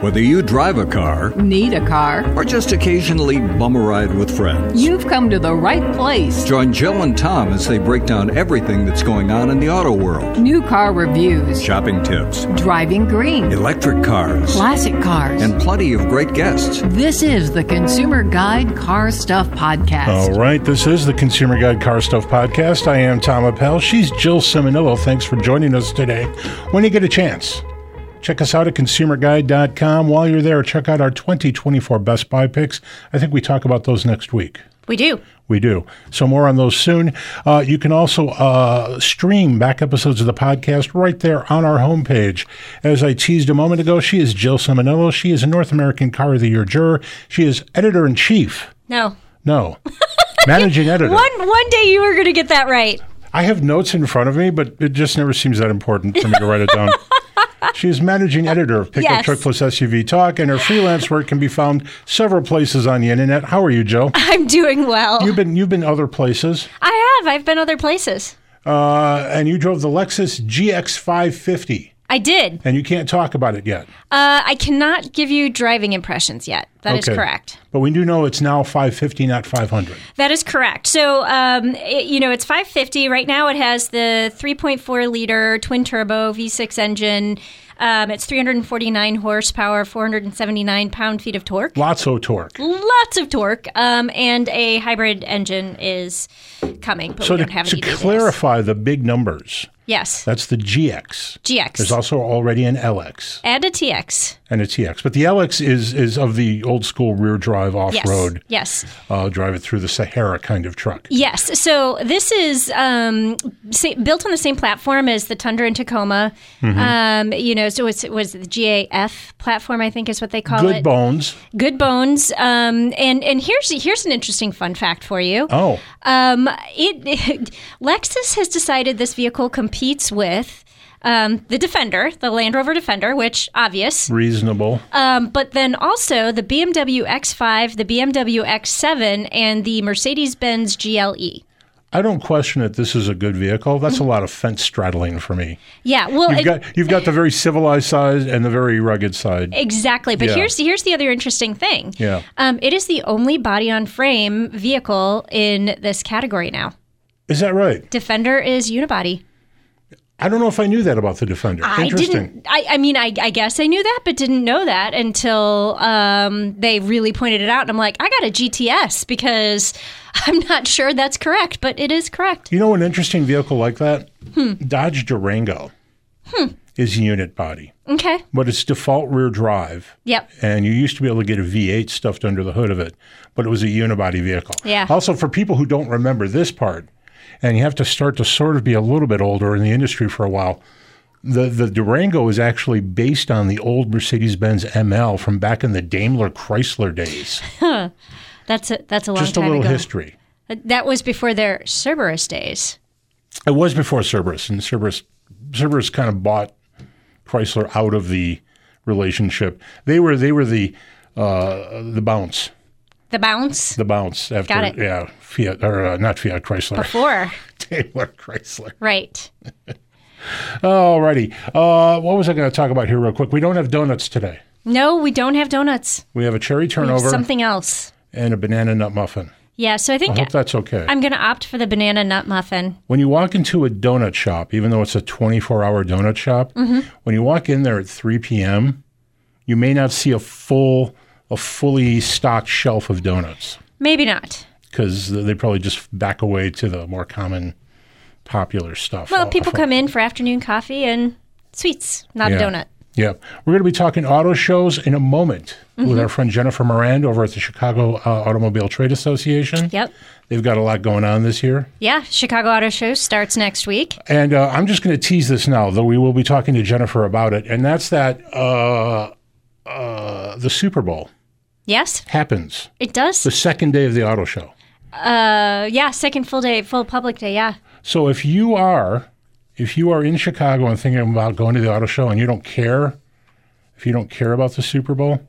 Whether you drive a car Need a car? or just occasionally bum a ride with friends, You've come to the right place. join Jill and Tom as they break down everything that's going on in the auto world New car reviews, shopping tips, driving green, electric cars, classic cars. and plenty of great guests. This is the Consumer Guide Car Stuff All Podcast. right, this is the Consumer Guide Car Stuff Podcast. I am Tom Appel. She's Jill Simonillo. Thanks for joining us today. When you get a chance, check us out at consumerguide.com. While you're there, check out our 2024 Best Buy picks. I think we talk about those next week. We do. We do. So more on those soon. Uh, you can also uh, stream back episodes of the podcast right there on our homepage. As I teased a moment ago, she is Jill Simonello. She is a North American Car of the Year juror. She is editor in chief. No. No, managing editor. One one day you are going to get that right. I have notes in front of me, but it just never seems that important for me to write it down. She is managing editor of Pickup Yes. Truck Plus SUV Talk, and her freelance work can be found several places on the internet. How are you, Jill? I'm doing well. You've been you've been other places. I have. I've been other places. Uh, and you drove the Lexus GX550, I did. and you can't talk about it yet. Uh, I cannot give you driving impressions yet. That is correct. But we do know it's now 550, not 500. That is correct. So, um, it, you know, it's 550. Right now it has the 3.4 liter twin turbo V6 engine. Um, it's 349 horsepower, 479 pound feet of torque. Lots of torque. Lots of torque. Um, and a hybrid engine is coming, but So we to, don't have it to any details. clarify the big numbers, Yes. that's the GX. GX. There's also already an LX Add a TX. and a TX, but the LX is is of the old school rear drive off Yes. road, Yes. uh, drive it through the Sahara kind of truck. Yes. So this is um, sa- built on the same platform as the Tundra and Tacoma. Mm-hmm. Um, you know, so it's, it was the GAF platform, I think is what they call Good it. bones. Good bones. Um, and and here's here's an interesting fun fact for you. Oh, Um, it Lexus has decided this vehicle competes with um, the Defender, the Land Rover Defender, which obvious. reasonable. Um, but then also the BMW X5, the BMW X7, and the Mercedes Benz GLE. I don't question that this is a good vehicle. That's a lot of fence straddling for me. Yeah, well, You've Mm-hmm. Oh, it- got you've got the very civilized side and the very rugged side. exactly. But Yeah. here's here's the other interesting thing. Yeah. um, it is the only body on frame vehicle in this category now. Is that right? Defender is unibody. I don't know if I knew that about the Defender. I Interesting. didn't. I, I mean, I, I guess I knew that, but didn't know that until um, they really pointed it out. And I'm like, I got a GTS because I'm not sure that's correct, but it is correct. You know an interesting vehicle like that? Hmm. Dodge Durango is unit body, Okay. but it's default rear drive. Yep. And you used to be able to get a V8 stuffed under the hood of it, but it was a unibody vehicle. Yeah. Also, for people who don't remember this part, and you have to start to sort of be a little bit older in the industry for a while, the, the Durango is actually based on the old Mercedes Benz ML from back in the Daimler Chrysler days. That's a that's a long Just a time little ago. Uh, history. That was before their Cerberus days. It was before Cerberus, and Cerberus Cerberus kind of bought Chrysler out of the relationship. They were they were the uh, the bounce, The bounce the bounce after Got it. yeah Fiat or uh, not Fiat Chrysler, before, Daimler Chrysler. right? Alrighty, uh, what was I going to talk about here real quick? We don't have donuts today. No, we don't have donuts. We have a cherry We have turnover something else. and a banana nut muffin. Yeah, so I think I hope that's okay. I'm going to opt for the banana nut muffin. when you walk into a donut shop, even though it's a 24 hour donut shop, Mm-hmm. when you walk in there at 3 p.m., you may not see a full, a fully stocked shelf of donuts Maybe not. because they probably just back away to the more common, popular stuff. Well, people come in for afternoon coffee and sweets, not a donut. Yeah. We're going to be talking auto shows in a moment with our friend Jennifer Moran over at the Chicago uh, Automobile Trade Association. Yep. They've got a lot going on this year. Yeah, Chicago Auto Show starts next week. And uh, I'm just going to tease this now, though we will be talking to Jennifer about it. And that's that uh, uh, the Super Bowl Yes, happens it does. the second day of the auto show. Uh, yeah, second full day, full public day. Yeah. So if you are if you are in Chicago and thinking about going to the auto show and you don't care, if you don't care about the Super Bowl,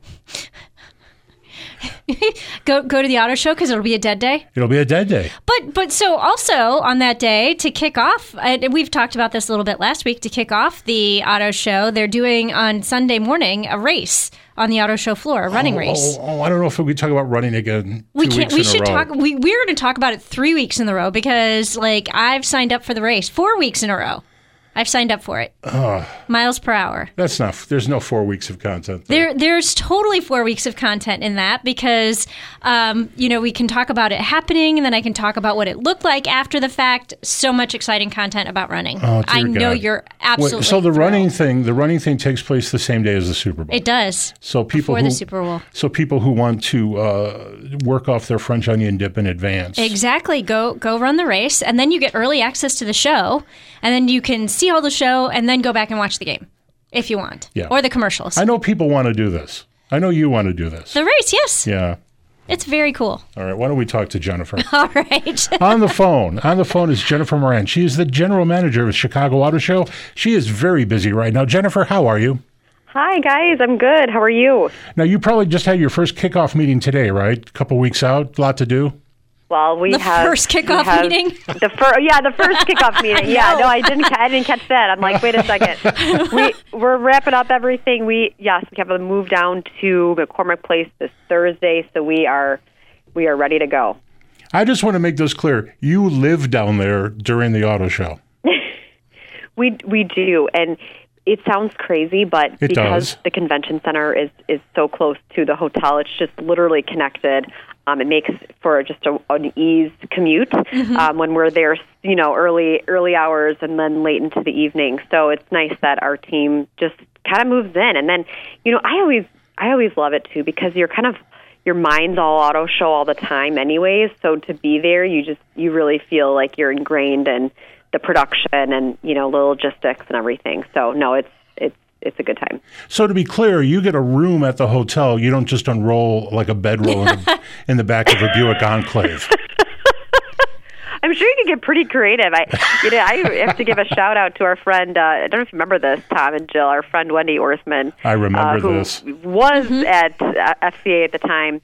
go go to the auto show because it'll be a dead day. It'll be a dead day. But but so also on that day to kick off, and we've talked about this a little bit last week. To kick off the auto show, they're doing on Sunday morning a race on the auto show floor, a running race. Oh, oh, I don't know if we talk about running again. We two weeks can't. We in a should row. talk. We we're going to talk about it three weeks in a row because like I've signed up for the race four weeks in a row. I've signed up for it. Miles per hour. That's not. There's no four weeks of content. there. There, there's totally four weeks of content in that because, um, you know, we can talk about it happening, and then I can talk about what it looked like after the fact. So much exciting content about running. Oh, dear I know God. you're Wait, absolutely. so the thrilled. running thing, the running thing takes place the same day as the Super Bowl. It does. so people before who, the Super Bowl. So people who want to uh, work off their French onion dip in advance. Exactly. Go go run the race, and then you get early access to the show, and then you can see all the show, and then go back and watch the game if you want, Yeah. or the commercials. I know people want to do this. I know you want to do this. the race, yes, yeah. it's very cool. All right. Why don't we talk to Jennifer? All right. on the phone. On the phone is Jennifer Moran. She is the general manager of the Chicago Auto Show. She is very busy right now. Jennifer, how are you? Hi, guys. I'm good. How are you? Now you probably just had your first kickoff meeting today, right? A couple weeks out, lot to do. Well, we The have first we kickoff have meeting? The first, yeah, the first kickoff meeting. Yeah, no, I didn't. ca- I didn't catch that. I'm like, wait a second. we we're wrapping up everything. We yes, we have a move down to McCormick Place this Thursday, so we are we are ready to go. I just want to make this clear. You live down there during the auto show. We we do, and it sounds crazy, but It because does. the convention center is is so close to the hotel, it's just literally connected. Um, it makes for just a, an ease commute um, when we're there, you know, early early hours and then late into the evening. So it's nice that our team just kind of moves in, and then you know, I always I always love it too because you're kind of your mind's all auto show all the time anyways so to be there you just you really feel like you're ingrained in the production and you know the logistics and everything so no it's it's it's a good time So to be clear, you get a room at the hotel. You don't just unroll like a bedroll in, the, in the back of a Buick Enclave. i'm sure you can get pretty creative i you know i have to give a shout out to our friend uh, i don't know if you remember this tom and jill our friend wendy orsman I remember Uh, who this. was at uh, fca at the time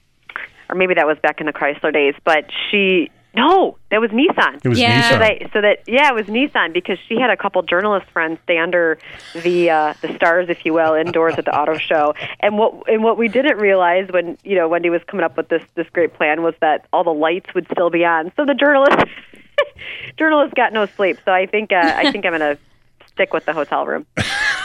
or maybe that was back in the chrysler days but she no that was nissan It was Yeah. Nissan. so that so that yeah, it was Nissan because she had a couple journalist friends stay under the uh, the stars, if you will, indoors at the auto show. And what and what we didn't realize when you know Wendy was coming up with this this great plan was that all the lights would still be on, so the journalists journalists got no sleep. So I think uh, I think I'm gonna stick with the hotel room.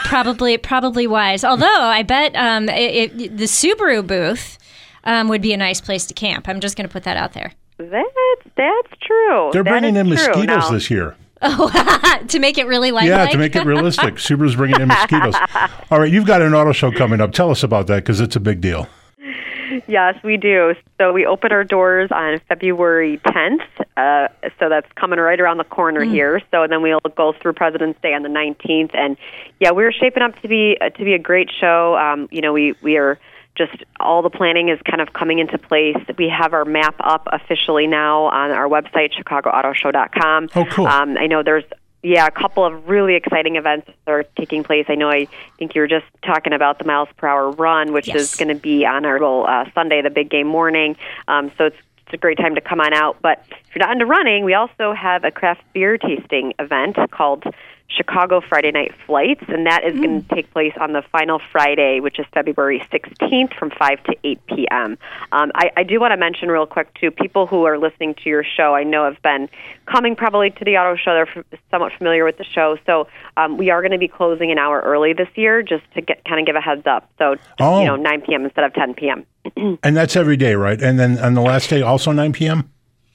probably probably wise. Although I bet um, it, it, the Subaru booth um, would be a nice place to camp. I'm just going to put that out there That's that's true. They're That bringing is in true mosquitoes now. this year. to make it really lifelike. Yeah, to make it realistic. Subaru's bringing in mosquitoes. All right, you've got an auto show coming up. Tell us about that because it's a big deal. Yes, we do. So we open our doors on February 10th. Uh, so that's coming right around the corner Mm. here. So then we'll go through President's Day on the 19th, and yeah, we're shaping up to be uh, to be a great show. Um, you know, we we are just all the planning is kind of coming into place. We have our map up officially now on our website, ChicagoAutoShow.com. Oh, cool. Um, I know there's yeah, a couple of really exciting events are taking place. I know I think you were just talking about the miles per hour run, which Yes. is going to be on our little uh, Sunday, the big game morning. Um, so it's it's a great time to come on out. But if you're not into running, we also have a craft beer tasting event called Chicago Friday Night Flights, and that is going to take place on the final Friday, which is February 16th from 5 to 8 p.m. Um, I, I do want to mention real quick, too, people who are listening to your show, I know have been coming probably to the auto show. They're f- somewhat familiar with the show. So um, we are going to be closing an hour early this year just to get kind of give a heads up. So, Oh. you know, 9 p.m. instead of 10 p.m. And that's every day, right? And then on the last day, also 9 p.m.?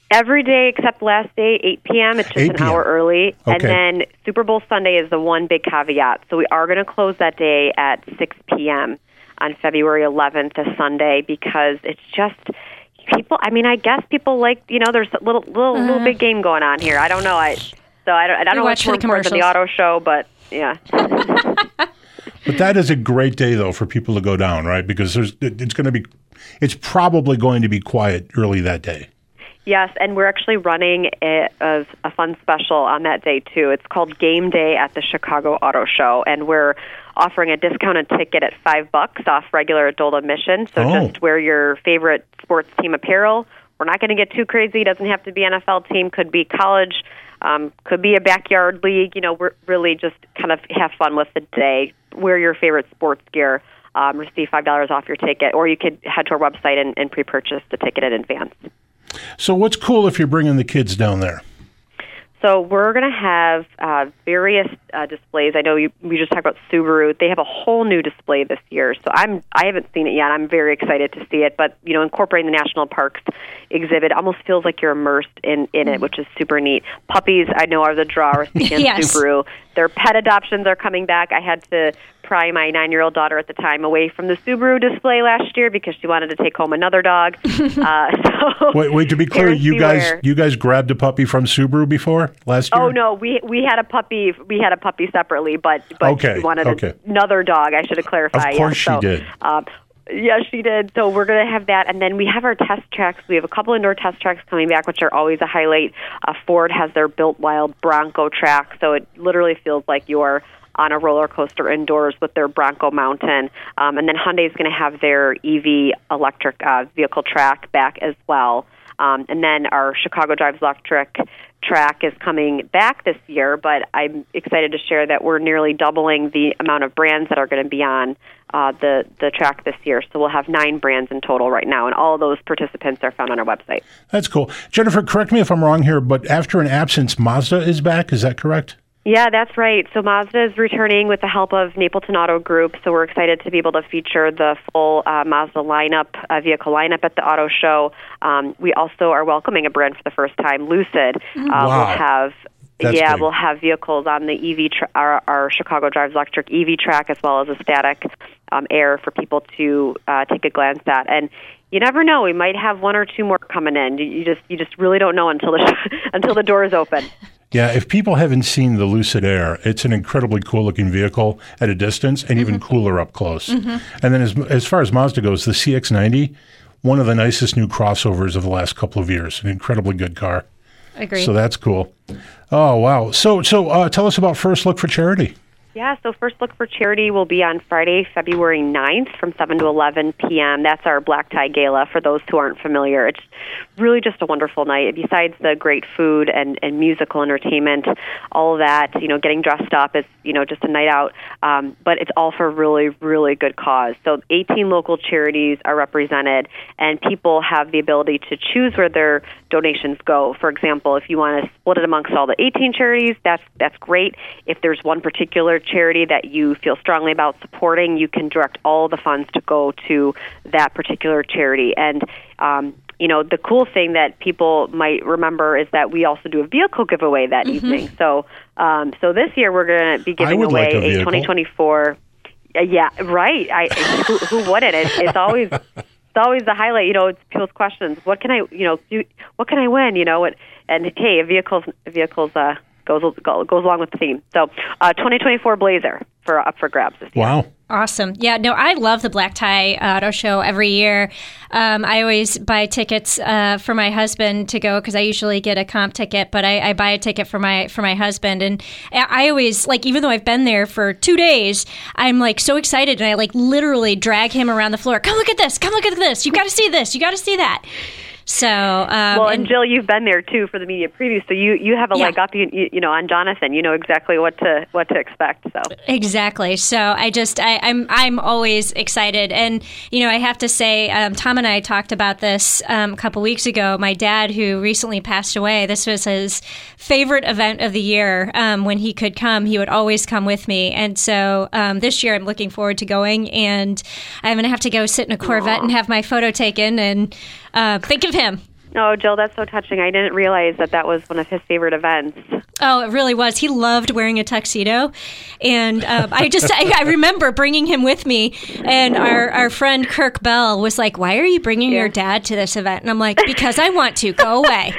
Every day except last day, 8 p.m. It's just 8 an p.m.. hour early. And Okay. then Super Bowl Sunday is the one big caveat. So we are going to close that day at 6 p.m. on February 11th, a Sunday, because it's just people. I mean, I guess people like, you know, there's a little, little, little big game going on here. I don't know. I So I don't, I don't know Uh-huh. watch what's for more the important than the auto show, but yeah. But that is a great day, though, for people to go down, right? Because there's it- it's going to be, it's probably going to be quiet early that day. Yes, and we're actually running a, a, a fun special on that day too. It's called Game Day at the Chicago Auto Show, and we're offering a discounted ticket at five bucks off regular adult admission. So Oh. just wear your favorite sports team apparel. We're not going to get too crazy. It doesn't have to be NFL team. Could be college. Um, could be a backyard league. You know, we're really just kind of have fun with the day. Wear your favorite sports gear. Um, receive five dollars off your ticket, or you could head to our website and, and pre-purchase the ticket in advance. So what's cool if you're bringing the kids down there? So we're going to have uh, various uh, displays. I know you, we just talked about Subaru. They have a whole new display this year. So I'm I haven't seen it yet. I'm very excited to see it. But you know, incorporating the national parks exhibit almost feels like you're immersed in in it, which is super neat. Puppies, I know, are the draw. We're speaking of Yes. Subaru. Their pet adoptions are coming back. I had to pry my nine year old daughter at the time away from the Subaru display last year because she wanted to take home another dog. uh, so Wait, wait. To be clear, parents you guys, beware. you guys grabbed a puppy from Subaru before last year. Oh no, we we had a puppy. We had a puppy separately, but but Okay, she wanted okay. another dog. I should have clarified. Of course yeah, she so, did. Um, yes, she did. So we're gonna have that, and then we have our test tracks. We have a couple indoor test tracks coming back, which are always a highlight. Uh, Ford has their Built Wild Bronco track, so it literally feels like you're on a roller coaster indoors with their Bronco Mountain, um, and then Hyundai's going to have their EV electric uh, vehicle track back as well. Um, and then our Chicago Drives Electric track is coming back this year, but I'm excited to share that we're nearly doubling the amount of brands that are going to be on uh, the, the track this year. So we'll have nine brands in total right now, and all those participants are found on our website. That's cool. Jennifer, correct me if I'm wrong here, but after an absence, Mazda is back. Is that correct? Yeah, that's right. So Mazda is returning with the help of Napleton Auto Group. So we're excited to be able to feature the full uh, Mazda lineup, uh, vehicle lineup at the auto show. Um, we also are welcoming a brand for the first time, Lucid. Uh, Wow. We'll have. That's yeah, big. we'll have vehicles on the EV, tra- our, our Chicago Drives Electric EV track, as well as a static um, air for people to uh, take a glance at. And you never know; we might have one or two more coming in. You, you just, you just really don't know until the until the doors open. Yeah, if people haven't seen the Lucid Air, it's an incredibly cool looking vehicle at a distance and even cooler up close. And then, as, as far as Mazda goes, the CX90, one of the nicest new crossovers of the last couple of years, an incredibly good car. Agree. So that's cool. Oh, wow. So, so uh, tell us about First Look for Charity. Yeah, so First Look for Charity will be on Friday, February 9th from 7 to 11 p.m. That's our Black Tie Gala for those who aren't familiar. It's really just a wonderful night. Besides the great food and, and musical entertainment, all of that, you know, getting dressed up is, you know, just a night out. Um, but it's all for a really, really good cause. So 18 local charities are represented, and people have the ability to choose where their donations go. For example, if you want to split it amongst all the 18 charities, that's that's great. If there's one particular charity that you feel strongly about supporting, you can direct all the funds to go to that particular charity. And um, you know, the cool thing that people might remember is that we also do a vehicle giveaway that evening. So, um, so this year we're going to be giving Mm-hmm. would like away a vehicle. 2024. Uh, Yeah, right. I who, who wouldn't? It, it's always it's always the highlight. You know, it's people's questions. What can I, you know, do, what can I win? You know, and, and hey, a vehicle's a vehicle's uh, goes goes along with the theme. So, uh, 2024 Blazer for up for grabs this year. Wow. Awesome. Yeah, no, I love the Black Tie uh, Auto Show every year. Um, I always buy tickets uh, for my husband to go because I usually get a comp ticket, but I, I buy a ticket for my for my husband, and I I always like even though I've been there for two days, I'm like so excited, and I like literally drag him around the floor. Come look at this! Come look at this! You got to see this! You got to see that! So um, Well, and Jill, you've been there too for the media preview, so you you have a Yeah. leg up. You, you you know on Jonathan, you know exactly what to what to expect. So Exactly. So I just I, I'm I'm always excited, and you know I have to say um, Tom and I talked about this um, a couple weeks ago. My dad, who recently passed away, this was his favorite event of the year. Um, when he could come, he would always come with me, and so um, this year I'm looking forward to going, and I'm going to have to go sit in a Corvette and have my photo taken and uh, think of him. no, Jill, that's so touching. I didn't realize that that was one of his favorite events. Oh, it really was. He loved wearing a tuxedo, and um, I just I, I remember bringing him with me. And our our friend Kirk Bell was like, "Why are you bringing your dad to this event?" And I'm like, "Because I want to. Go away."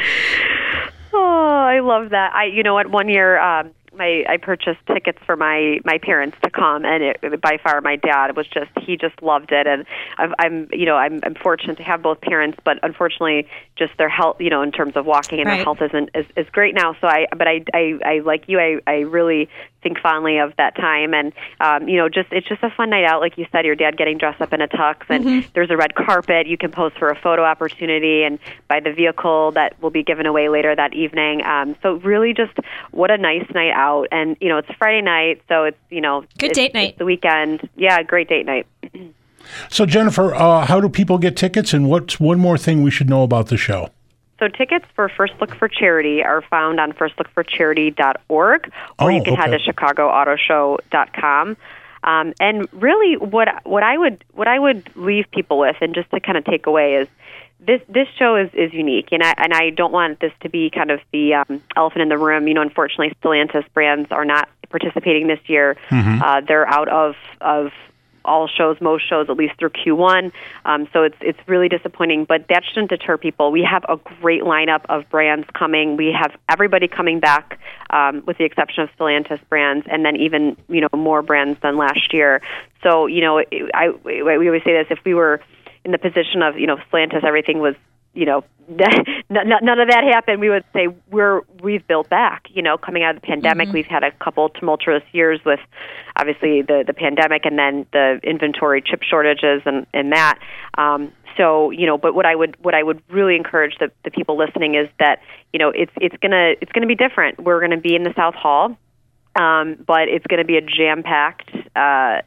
Oh, I love that. I you know what? One year, um, my I purchased tickets for my my parents to come, and it, by far my dad was just he just loved it, and I've, I'm you know I'm, I'm fortunate to have both parents, but unfortunately just their health you know in terms of walking and Right. their health isn't is, is great now. So I but I I, I like you I, I really think fondly of that time, and um, you know just it's just a fun night out like you said your dad getting dressed up in a tux, and Mm-hmm. there's a red carpet you can pose for a photo opportunity, and by the vehicle that will be given away later that evening. Um, so really just what a nice night out, and you know it's Friday night, so it's you know Good it's- date night. it's the weekend, yeah, great date night. So, Jennifer, uh, how do people get tickets? And what's one more thing we should know about the show? So tickets for First Look for Charity are found on firstlookforcharity.org, or Oh, you can head okay. to chicagoautoshow.com. Um, and really, what what I would what I would leave people with, and just to kind of take away, is this this show is, is unique, and I and I don't want this to be kind of the um, elephant in the room. You know, unfortunately, Stellantis brands are not participating this year. Mm-hmm. Uh, they're out of of all shows, most shows, at least through Q1. Um, so it's it's really disappointing, but that shouldn't deter people. We have a great lineup of brands coming. We have everybody coming back, um, with the exception of Stellantis brands, and then even you know more brands than last year. So you know, it- I we we always say this: if we were in the position of you know Stellantis, everything was you know n- n- none of that happened we would say we're we've built back you know coming out of the pandemic we've had a couple tumultuous years with obviously the the pandemic and then the inventory chip shortages and and that um so you know but what i would what i would really encourage the the people listening is that you know it's it's going to it's going to be different we're going to be in the south hall um, but it's going to be a jam-packed, uh,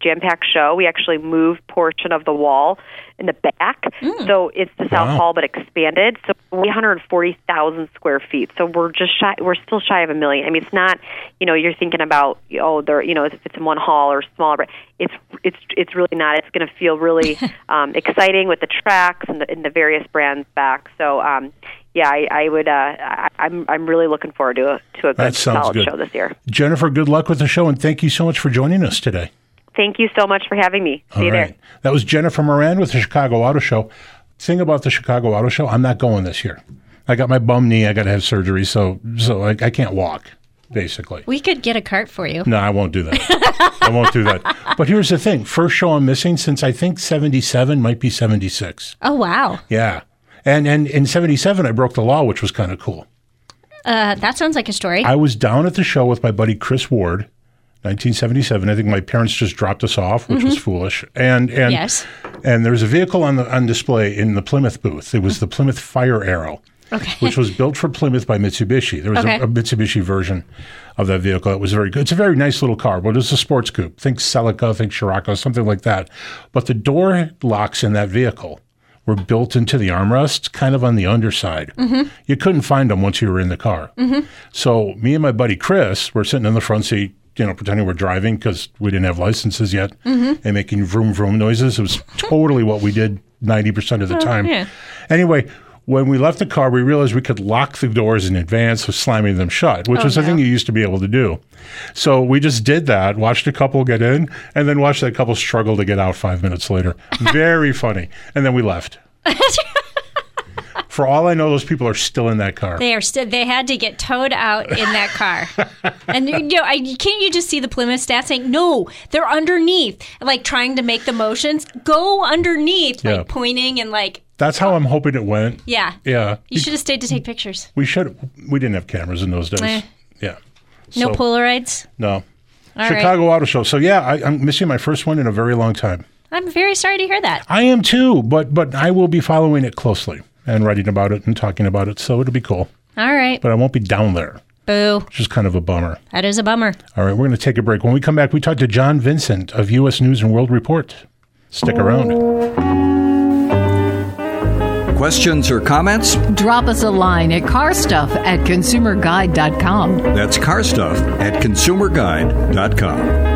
jam-packed show. We actually moved portion of the wall in the back, so it's the South Wow. Hall but expanded. So 140,000 square feet. So we're just shy. We're still shy of a million. I mean, it's not. You know, you're thinking about oh, there. You know, if it's in one hall or smaller, but it's it's it's really not. It's going to feel really um, exciting with the tracks and the, and the various brands back. So. Um, yeah, I, I would. Uh, I, I'm. I'm really looking forward to a, to a That good, sounds solid good. show this year. Jennifer, good luck with the show, and thank you so much for joining us today. Thank you so much for having me. See you All there. right. That was Jennifer Moran with the Chicago Auto Show. Thing about the Chicago Auto Show, I'm not going this year. I got my bum knee. I got to have surgery, so so I, I can't walk. Basically, We could get a cart for you. no, I won't do that. I won't do that. But here's the thing: first show I'm missing since I think '77 might be '76. Oh wow, Yeah, and and in '77 I broke the law, which was kind of cool. uh, that sounds like a story. I was down at the show with my buddy Chris Ward, 1977. I think my parents just dropped us off, which was foolish. And and Yes. and there was a vehicle on the on display in the Plymouth booth. It was the Plymouth Fire Arrow, which was built for Plymouth by Mitsubishi. There was Okay. a, a Mitsubishi version of that vehicle that was very good. It's a very nice little car, but it's a sports coupe. Think Celica, think Scirocco, something like that. But the door locks in that vehicle were built into the armrests, kind of on the underside. You couldn't find them once you were in the car. So me and my buddy Chris were sitting in the front seat, you know, pretending we're driving because we didn't have licenses yet, Mm-hmm. and making vroom vroom noises. It was totally what we did ninety percent of the time. yeah. Anyway. When we left the car, we realized we could lock the doors in advance of slamming them shut, Oh, which was a thing you used to be able to do. So we just did that, watched a couple get in, and then watched that couple struggle to get out five minutes later. Very funny. And then we left. For all I know, those people are still in that car. They are still. They had to get towed out in that car, and you know, I, can't you just see the Plymouth staff saying, "No, they're underneath," like trying to make the motions. Go underneath, Yeah. like pointing and like, That's how I'm hoping it went. yeah, Yeah. You should have stayed to take pictures. We should. We didn't have cameras in those days. Eh. Yeah. No So, Polaroids. No. All right. Chicago Auto Show. So yeah, I, I'm missing my first one in a very long time. I'm very sorry to hear that. I am too, but but I will be following it closely and writing about it and talking about it. So it'll be cool. All right, But I won't be down there, boo. which is kind of a bummer. That is a bummer. All right, we're going to take a break. When we come back, we talk to John Vincent of U.S. News and World Report. Stick around. Questions or comments? Drop us a line at carstuff at consumerguide.com. That's car stuff at consumerguide.com.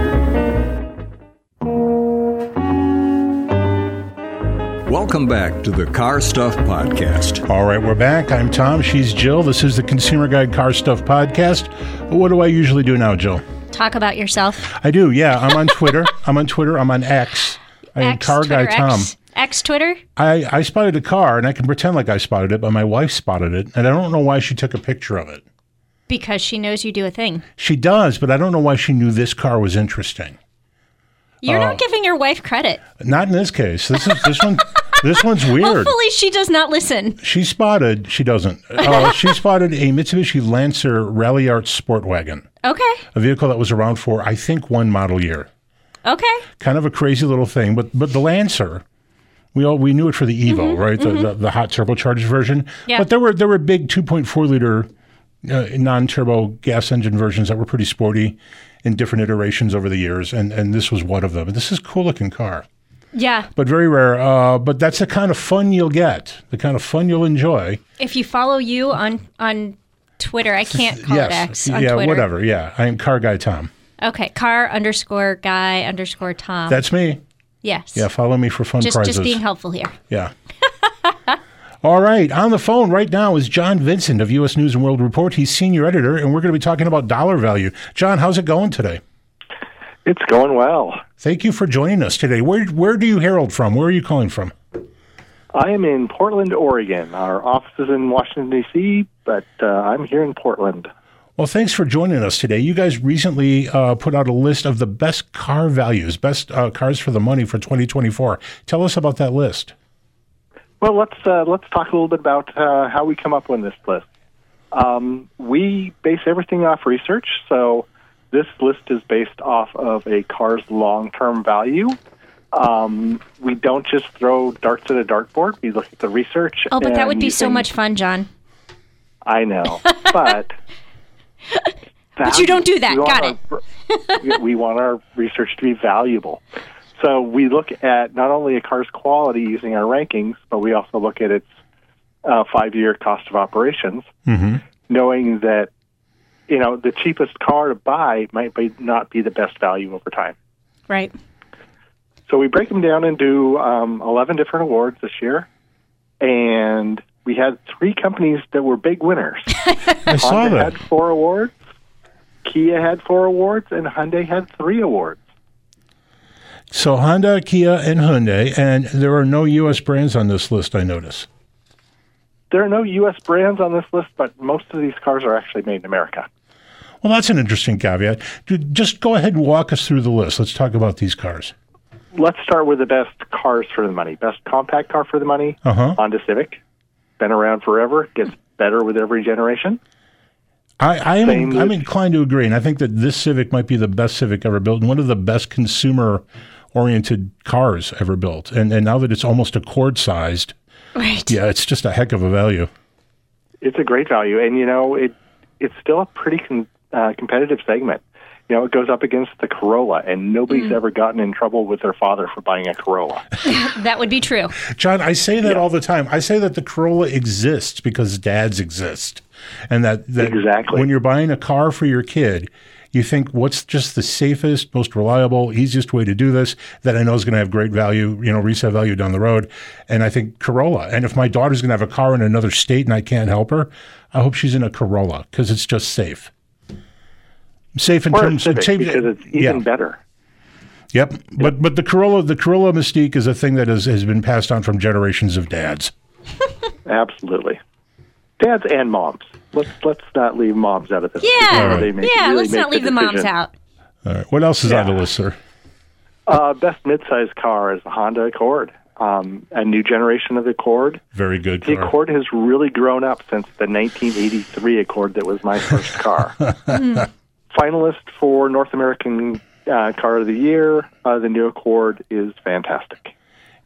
Welcome back to the Car Stuff Podcast. All right, we're back. I'm Tom. She's Jill. This is the Consumer Guide Car Stuff Podcast. What do I usually do now, Jill? Talk about yourself. I do. Yeah, I'm on Twitter. I'm on Twitter. I'm on X. I am X, Car Twitter, Guy Tom. X, X Twitter. I, I spotted a car, and I can pretend like I spotted it, but my wife spotted it, and I don't know why she took a picture of it. because she knows you do a thing. She does, but I don't know why she knew this car was interesting. You're Uh, not giving your wife credit. Not in this case. This is this one. This one's weird. Hopefully, she does not listen. She spotted. She doesn't. Uh, she spotted a Mitsubishi Lancer Rally Art Sport Wagon, Okay. a vehicle that was around for I think one model year. Okay. Kind of a crazy little thing, but but the Lancer. We all we knew it for the Evo, right? The, the the hot turbocharged version. Mm-hmm. Yeah. But there were there were big 2.4 liter uh, non-turbo gas engine versions that were pretty sporty in different iterations over the years, and and this was one of them. And this is a cool looking car. Yeah. but very rare. Uh, but that's the kind of fun you'll get, the kind of fun you'll enjoy. If you follow you on on Twitter, I can't call it X on yeah, Twitter. whatever. Yeah, I am Car Guy Tom. Okay. Car underscore guy underscore Tom. That's me. yes. Yeah, follow me for fun Um, Just prizes. just being helpful here. yeah. All right, on the phone right now is John Vincent of U.S. News and World Report. He's senior editor, and we're going to be talking about dollar value. John, how's it going today? It's going well. Thank you for joining us today. Where where do you herald from? Where are you calling from? I am in Portland, Oregon. Our office is in Washington, D.C., but uh, I'm here in Portland. Well, thanks for joining us today. You guys recently uh, put out a list of the best car values, best uh, cars for the money for 2024. Tell us about that list. Well, let's uh, let's talk a little bit about uh, how we come up with this list. Um, we base everything off research, so this list is based off of a car's long-term value. Um, we don't just throw darts at a dartboard. We look at the research. Oh, but that would and be you so can- much fun, John. I know, but But you don't do that. we want Got our- we- we want our research to be valuable, so we look at not only a car's quality using our rankings, but we also look at its uh, five-year cost of operations, knowing that you know the cheapest car to buy might be, not be the best value over time. Right. So we break them down into um, 11 different awards this year, and we had three companies that were big winners. I saw Honda that. had four awards, Kia had four awards, and Hyundai had three awards. So Honda, Kia, and Hyundai, and there are no U.S. brands on this list. I notice. There are no U.S. brands on this list, but most of these cars are actually made in America. Well, that's an interesting caveat. Ju- Just go ahead and walk us through the list. Let's talk about these cars. Let's start with the best cars for the money. Best compact car for the money, Uh-huh. Honda Civic. Been around forever, gets better with every generation. I, I am Same I'm with- inclined to agree, and I think that this Civic might be the best Civic ever built, and one of the best consumer-oriented cars ever built. And and now that it's almost Accord-sized, Right. yeah, it's just a heck of a value. It's a great value, and you know it. It's still a pretty com- uh, competitive segment. You know, it goes up against the Corolla, and nobody's ever gotten in trouble with their father for buying a Corolla. That would be true. John, I say that all the time. I say that the Corolla exists because dads exist, and that, that Exactly. when you're buying a car for your kid, you think what's just the safest, most reliable, easiest way to do this that I know is going to have great value, you know, resale value down the road. And I think Corolla. And if my daughter's going to have a car in another state and I can't help her, I hope she's in a Corolla because it's just safe. Safe in Or a terms Civic, safe- because it's even yeah. better. Yep. But but the Corolla the Corolla mystique is a thing that has, has been passed on from generations of dads. Absolutely. Dads and moms. Let's let's not leave moms out of this. Yeah. They make- Yeah. really let's make not leave the moms decision. out. All right. What else is on the list, sir? Uh, best midsize car is the Honda Accord. Um, a new generation of the Accord. Very good. The car. Accord has really grown up since the 1983 Accord that was my first car. Finalist for North American uh, Car of the Year. Uh, the new Accord is fantastic.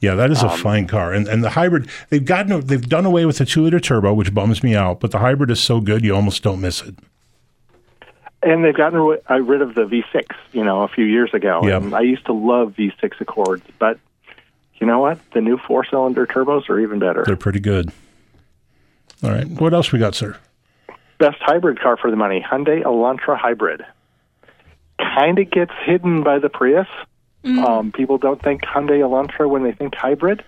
Yeah, that is a fine car. And and the hybrid, they've gotten they've done away with the two liter turbo, which bums me out. But the hybrid is so good, you almost don't miss it. And they've gotten ri- uh, rid of the V6, you know, a few years ago. Yeah. And I used to love V6 Accords, but you know what? The new four-cylinder turbos are even better. They're pretty good. All right. What else we got, sir? Best hybrid car for the money: Hyundai Elantra Hybrid. Kind of gets hidden by the Prius. Um, people don't think Hyundai Elantra when they think hybrid,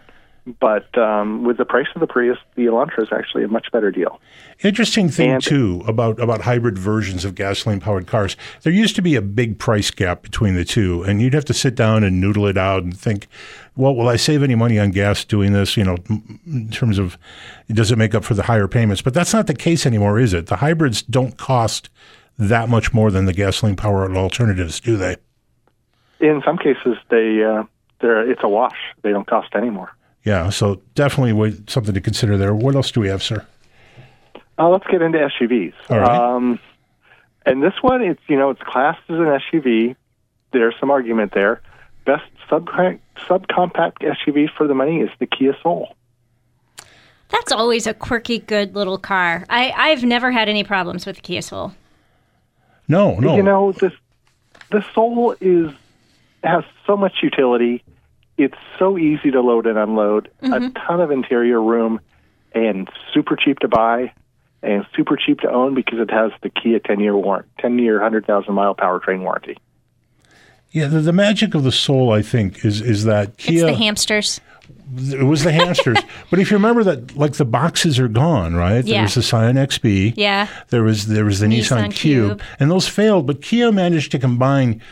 But um, with the price of the Prius, the Elantra is actually a much better deal. Interesting thing And- too about about hybrid versions of gasoline powered cars. There used to be a big price gap between the two, and you'd have to sit down and noodle it out and think, well, will I save any money on gas doing this? You know, m- in terms of does it make up for the higher payments? But that's not the case anymore, is it? The hybrids don't cost that much more than the gasoline powered alternatives, do they? In some cases, they uh, they're it's a wash. They don't cost any more. Yeah, so definitely wa- something to consider there. What else do we have, sir? Uh, let's get into SUVs. All right. Um, and this one, it's you know, it's classed as an SUV. There's some argument there. Best subcompact, subcompact SUV for the money is the Kia Soul. That's always a quirky, good little car. I, I've never had any problems with the Kia Soul. No, no. You know, this the Soul is has so much utility. It's so easy to load and unload. A ton of interior room, and super cheap to buy, and super cheap to own because it has the Kia 10 year warrant, 10 year, 100,000 mile powertrain warranty. yeah, the, the magic of the soul, I think, is is that It's Kia. the hamsters. it was the hamsters. but if you remember that, like the boxes are gone, right? There Yeah. was the Scion XB. Yeah. There was there was the Nissan, Nissan Cube, Cube. and those failed. But Kia managed to combine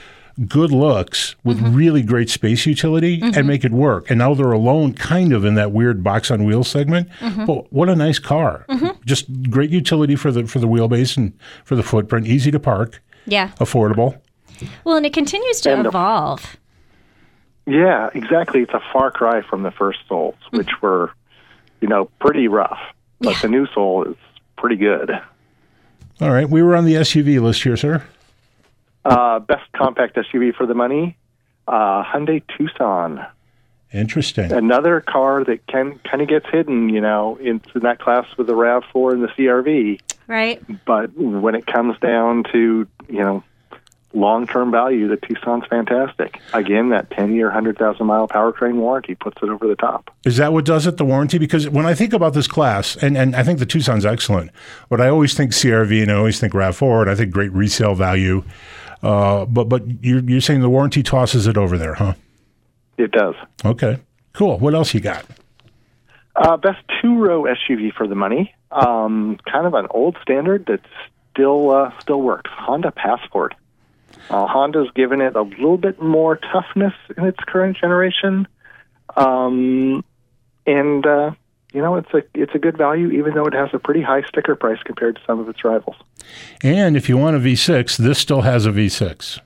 good looks with Mm-hmm. really great space utility and make it work. And now they're alone, kind of in that weird box on wheel segment. Mm-hmm. But what a nice car! Just great utility for the for the wheelbase and for the footprint. Easy to park, Yeah. affordable. Well, and it continues to And the- evolve. Yeah, exactly. It's a far cry from the first Souls, which were, you know, pretty rough. But the new Soul is pretty good. All right, we were on the SUV list here, sir. Uh, best compact SUV for the money, uh, Hyundai Tucson. Interesting. Another car that can kind of gets hidden, you know, in, in that class with the Rav4 and the CRV. Right. But when it comes down to, you know, long-term value, the Tucson's fantastic. Again, that 10-year, 100,000-mile powertrain warranty puts it over the top. Is that what does it, the warranty? Because when I think about this class, and, and I think the Tucson's excellent, but I always think CRV and I always think RAV4 and I think great resale value. Uh, but but you're, you're saying the warranty tosses it over there, huh? It does. Okay, cool. What else you got? Uh, best two row SUV for the money. Um, kind of an old standard that still uh, still works. Honda Passport. Uh, Honda's given it a little bit more toughness in its current generation, um, and uh, you know it's a it's a good value, even though it has a pretty high sticker price compared to some of its rivals. And if you want a V6, this still has a V6.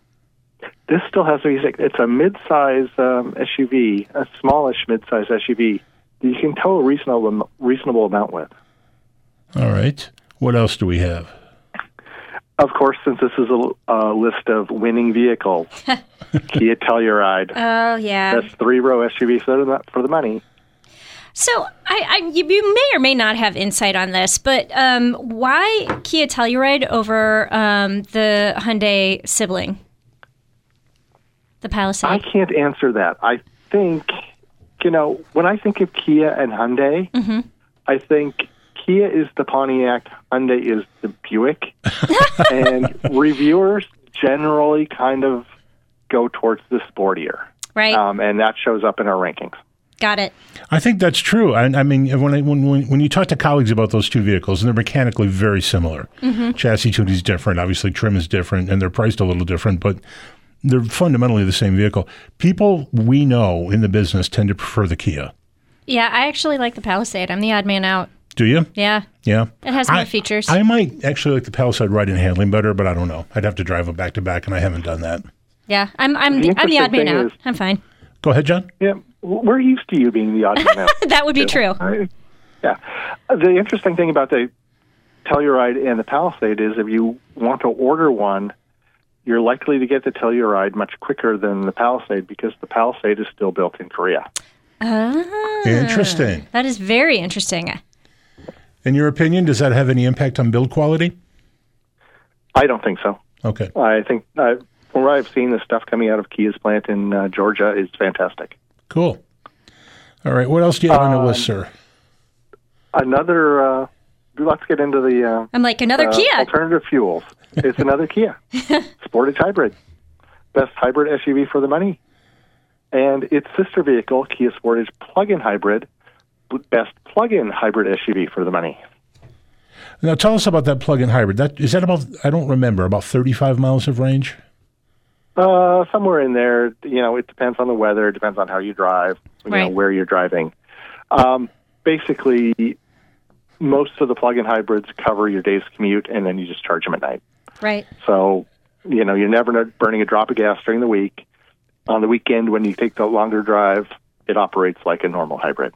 This still has a V6. It's a mid-size um, SUV, a smallish mid-size SUV that you can tow a reasonable reasonable amount with. All right. What else do we have? Of course, since this is a uh, list of winning vehicles, Kia Telluride. Oh, yeah. That's three row SUV for the, for the money. So I, I you, you may or may not have insight on this, but um, why Kia Telluride over um, the Hyundai sibling, the I Palisade? can't answer that. I think, you know, when I think of Kia and Hyundai, I think Kia is the Pontiac, Hyundai is the Buick. and reviewers generally kind of go towards the sportier. right. Um, and that shows up in our rankings. Got it. I think that's true. I, I mean, when, I, when when when you talk to colleagues about those two vehicles, and they're mechanically very similar. Mm-hmm. Chassis tuning is different, obviously trim is different, and they're priced a little different, but they're fundamentally the same vehicle. People we know in the business tend to prefer the Kia. Yeah, I actually like the Palisade. I'm the odd man out. Do you? Yeah. Yeah. It has more I- features. I might actually like the Palisade ride and handling better, but I don't know. I'd have to drive them back to back, and I haven't done that. yeah. I'm I'm the, I'm the interesting odd man thing out. is- I'm fine. Go ahead, John. Yeah, we're used to you being the odd man out. That would be true. I- Yeah. The interesting thing about the Telluride and the Palisade is if you want to order one, you're likely to get the Telluride much quicker than the Palisade because the Palisade is still built in Korea. Ah, Interesting. that is very interesting. In your opinion, does that have any impact on build quality? I don't think so. Okay. I think uh, from what I've seen, the stuff coming out of Kia's plant in uh, Georgia is fantastic. Cool. All right. What else do you have on the list, sir? Another, uh, let's get into the uh, I'm like another uh, Kia. alternative fuels. It's another Kia Sportage Hybrid, best hybrid SUV for the money, and its sister vehicle, Kia Sportage Plug-in Hybrid, best plug-in hybrid SUV for the money. Now tell us about that plug-in hybrid. That is that about I don't remember about 35 miles of range. Uh, somewhere in there, you know, it depends on the weather, it depends on how you drive, you know, Right. where you're driving. Um, basically, most of the plug-in hybrids cover your day's commute, and then you just charge them at night. Right. So, you know, you're never not burning a drop of gas during the week. On the weekend, when you take the longer drive, it operates like a normal hybrid.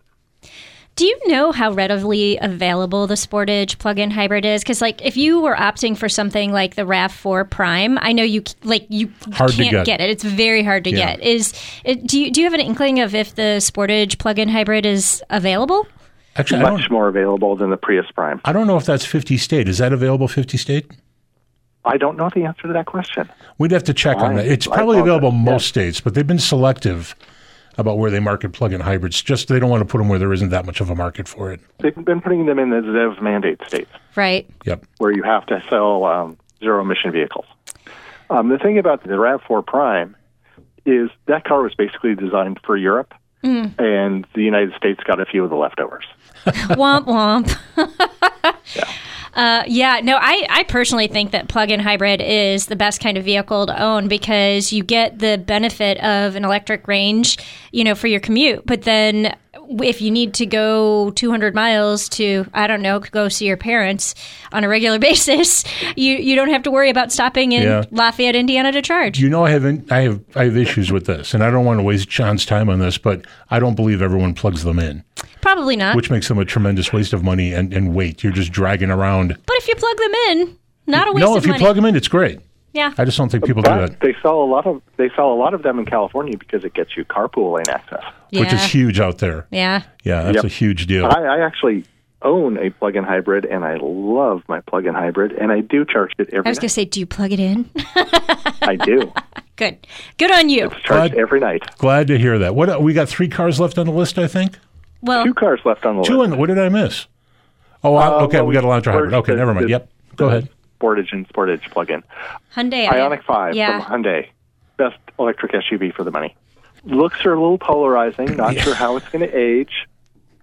Do you know how readily available the Sportage plug-in hybrid is? Because like, if you were opting for something like the Rav4 Prime, I know you c- like you Hard to can't get. it. It's very hard to Yeah. get. Is it, do you do you have an inkling of if the Sportage plug-in hybrid is available? Actually, I Much don't, more available than the Prius Prime. I don't know if that's 50 state. Is that available 50 state? I don't know the answer to that question. We'd have to check on Right. that. It's I probably thought that- available in yeah. most states, but they've been selective about where they market plug-in hybrids. Just they don't want to put them where there isn't that much of a market for it. They've been putting them in the ZEV mandate states. Right. Yep. where you have to sell um, zero emission vehicles. Um, the thing about the RAV4 Prime is that car was basically designed for Europe, and the United States got a few of the leftovers. womp womp. Uh, yeah, no, I, I personally think that plug in hybrid is the best kind of vehicle to own because you get the benefit of an electric range, you know, for your commute. But then if you need to go 200 miles to, I don't know, go see your parents on a regular basis, you, you don't have to worry about stopping in Yeah. Lafayette, Indiana to charge. You know, I haven't. I have. I have issues with this, and I don't want to waste John's time on this, but I don't believe everyone plugs them in, Probably not. which makes them a tremendous waste of money and, and weight. You're just dragging around. but if you plug them in, not a waste no, of if you money. plug them in, it's great. yeah. I just don't think people do that, But they sell a lot of they sell a lot of them in California because it gets you carpool lane access. yeah. which is huge out there. yeah. Yeah, that's Yep. a huge deal. I, I actually own a plug-in hybrid, and I love my plug-in hybrid, and I do charge it I every was going to night. say, do you plug it in? I do. Good. Good on you. It's charged But- every night. Glad to hear that. What uh, we got three cars left on the list, I think. Well, Two cars left on the Two list. and what did I miss? Oh, I, Uh, okay, well, we got a Elantra hybrid. merged Okay, the- never mind. the- Yep, go the ahead. Sportage and Sportage plug-in. Hyundai Ionic 5 Yeah. from Hyundai. Best electric SUV for the money. Looks are a little polarizing. Not sure how it's going to age,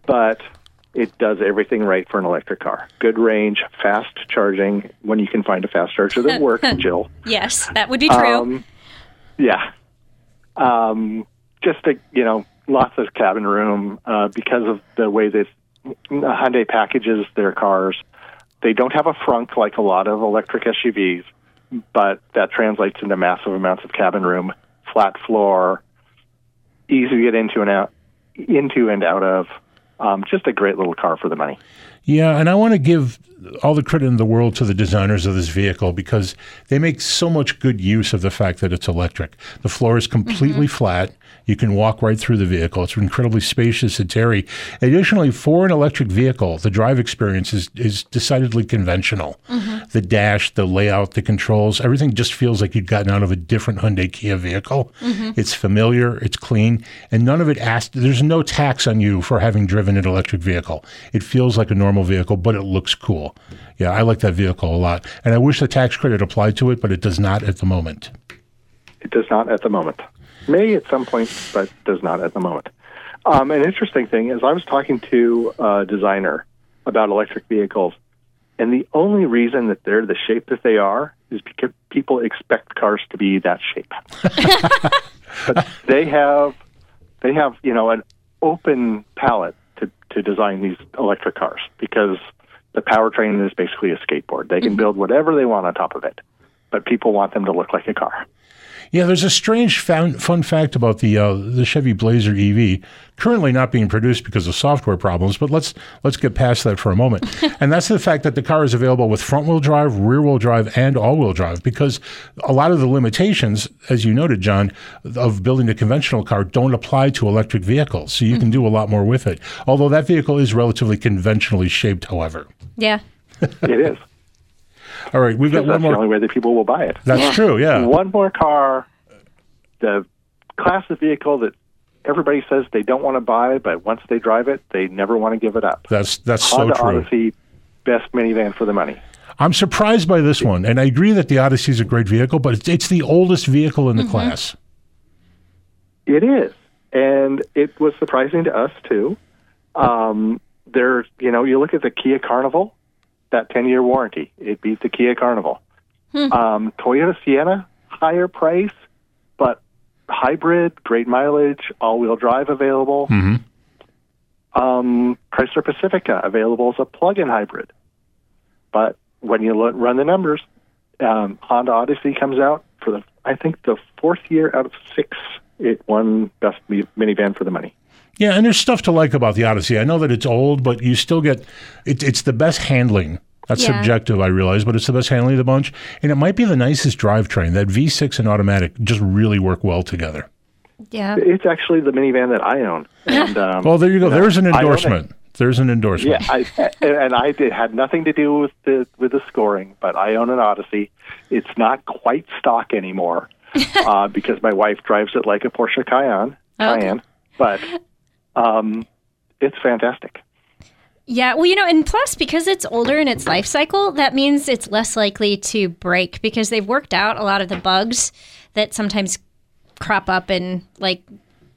but it does everything right for an electric car. Good range, fast charging when you can find a fast charger that works, Jill. yes, that would be true. Um, yeah. Um, just a, you know, lots of cabin room uh, because of the way that Hyundai packages their cars. They don't have a frunk like a lot of electric SUVs, but that translates into massive amounts of cabin room, flat floor, easy to get into and out, into and out of. Um, just a great little car for the money. Yeah, and I want to give all the credit in the world to the designers of this vehicle because they make so much good use of the fact that it's electric. The floor is completely flat. You can walk right through the vehicle. It's incredibly spacious and airy. Additionally, for an electric vehicle, the drive experience is, is decidedly conventional. The dash, the layout, the controls, everything just feels like you'd gotten out of a different Hyundai Kia vehicle. It's familiar, it's clean, and none of it asks, there's no tax on you for having driven an electric vehicle. It feels like a normal vehicle, but it looks cool. Yeah, I like that vehicle a lot. And I wish the tax credit applied to it, but it does not at the moment. It does not at the moment. May at some point, but does not at the moment. Um, an interesting thing is I was talking to a designer about electric vehicles, and the only reason that they're the shape that they are is because people expect cars to be that shape. but they have they have you know an open palette to to design these electric cars because the powertrain is basically a skateboard. They can build whatever they want on top of it, but people want them to look like a car. Yeah, there's a strange fun, fun fact about the uh, the Chevy Blazer EV currently not being produced because of software problems. But let's let's get past that for a moment, and that's the fact that the car is available with front wheel drive, rear wheel drive, and all wheel drive. Because a lot of the limitations, as you noted, John, of building a conventional car don't apply to electric vehicles. So you Hmm. can do a lot more with it. Although that vehicle is relatively conventionally shaped, however. yeah. It is. All right, we've got That's one the more. Uh. only way that people will buy it. That's true. Yeah. One more car, the class of vehicle that everybody says they don't want to buy, but once they drive it, they never want to give it up. That's that's so Honda true. Odyssey, best minivan for the money. I'm surprised by this one, and I agree that the Odyssey is a great vehicle, but it's, it's the oldest vehicle in the class. It is, and it was surprising to us too. Um, there, you know, you look at the Kia Carnival, that 10 year warranty, it beat the Kia Carnival. Um, Toyota Sienna, higher price, but hybrid, great mileage, all wheel drive available. Um, Chrysler Pacifica available as a plug in hybrid. But when you lo- run the numbers, um, Honda Odyssey comes out for the, I think, the fourth year out of six. It won best mi- minivan for the money. Yeah, and there's stuff to like about the Odyssey. I know that it's old, but you still get it, it's the best handling. That's Yeah. subjective, I realize, but it's the best handling of the bunch. And it might be the nicest drivetrain. That V6 and automatic just really work well together. Yeah. It's actually the minivan that I own. And, um, Well, Oh, there you go. know, There's an I own it. endorsement. There's an endorsement. Yeah, I, and I did, had nothing to do with the with the scoring, but I own an Odyssey. It's not quite stock anymore uh, because my wife drives it like a Porsche Cayenne. Oh, Cayenne, but um, it's fantastic. Yeah, well, you know, and plus because it's older in its life cycle, that means it's less likely to break because they've worked out a lot of the bugs that sometimes crop up in like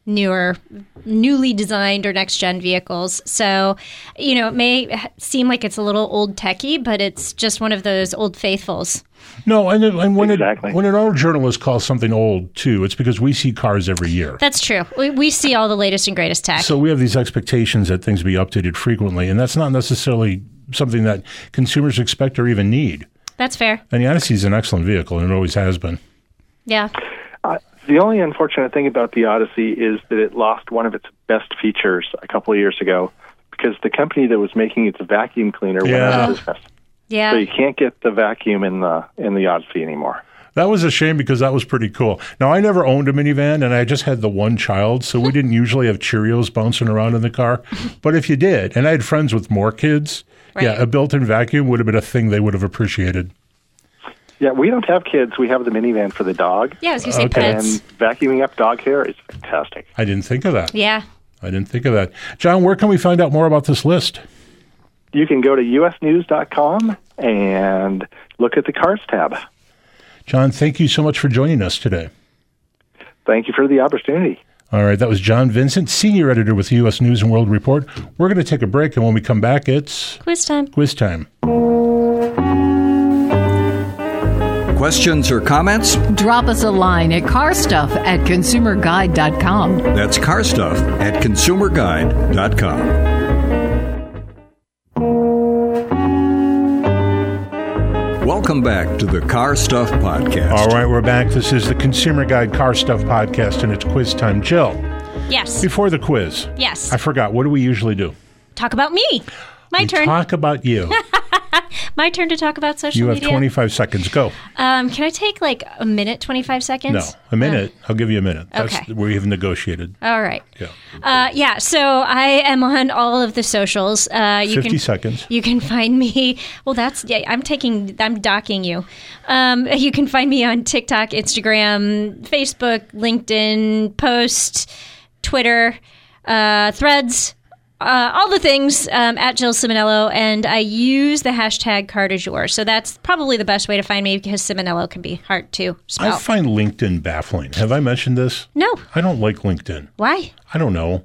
newer, newly designed or next gen vehicles. So, you know, it may h- seem like it's a little old techie, but it's just one of those old faithfuls. No, and, and when, Exactly. it, when an auto journalist calls something old, too, it's because we see cars every year. That's true. We, we see all the latest and greatest tech. So we have these expectations that things be updated frequently, and that's not necessarily something that consumers expect or even need. That's fair. And the Odyssey is an excellent vehicle, and it always has been. Yeah. Uh, the only unfortunate thing about the Odyssey is that it lost one of its best features a couple of years ago because the company that was making its vacuum cleaner went out Yeah. of business. So Yeah. you can't get the vacuum in the in the Odyssey anymore. That was a shame because that was pretty cool. Now, I never owned a minivan, and I just had the one child, so we didn't usually have Cheerios bouncing around in the car. But if you did, and I had friends with more kids, yeah, Right. a built in vacuum would have been a thing they would have appreciated. Yeah, we don't have kids. We have the minivan for the dog. Yeah, I was going to say Okay. and pets. vacuuming up dog hair is fantastic. I didn't think of that. Yeah. I didn't think of that. John, where can we find out more about this list? You can go to usnews.com and look at the cars tab. John, thank you so much for joining us today. Thank you for the opportunity. All right, that was John Vincent, senior editor with the U.S. News and World Report. We're going to take a break, and when we come back, it's Quiz time. quiz time. Questions or comments? Drop us a line at carstuff at consumerguide.com. That's car stuff at consumerguide.com. Welcome back to the Car Stuff Podcast. All right, we're back. This is the Consumer Guide Car Stuff Podcast, and it's quiz time. Jill, Yes. before the quiz, Yes. I forgot. What do we usually do? Talk about me. My we turn. talk about you. My turn to talk about social You have media. 25 seconds. Go. Um, can I take like a minute, 25 seconds? No, a minute. I'll give you a minute. That's uh, okay. where we have negotiated. All right. Yeah. Uh, yeah. So I am on all of the socials. Uh, you 50 can, seconds. You can find me. Well, that's yeah. I'm taking. I'm docking you. Um, you can find me on TikTok, Instagram, Facebook, LinkedIn, Post, Twitter, uh, Threads. Uh, all the things um, at Jill Simonello, and I use the hashtag carte du jour. So that's probably the best way to find me because Simonello can be hard to I spell. find LinkedIn baffling. Have I mentioned this? no, I don't like LinkedIn. why? I don't know.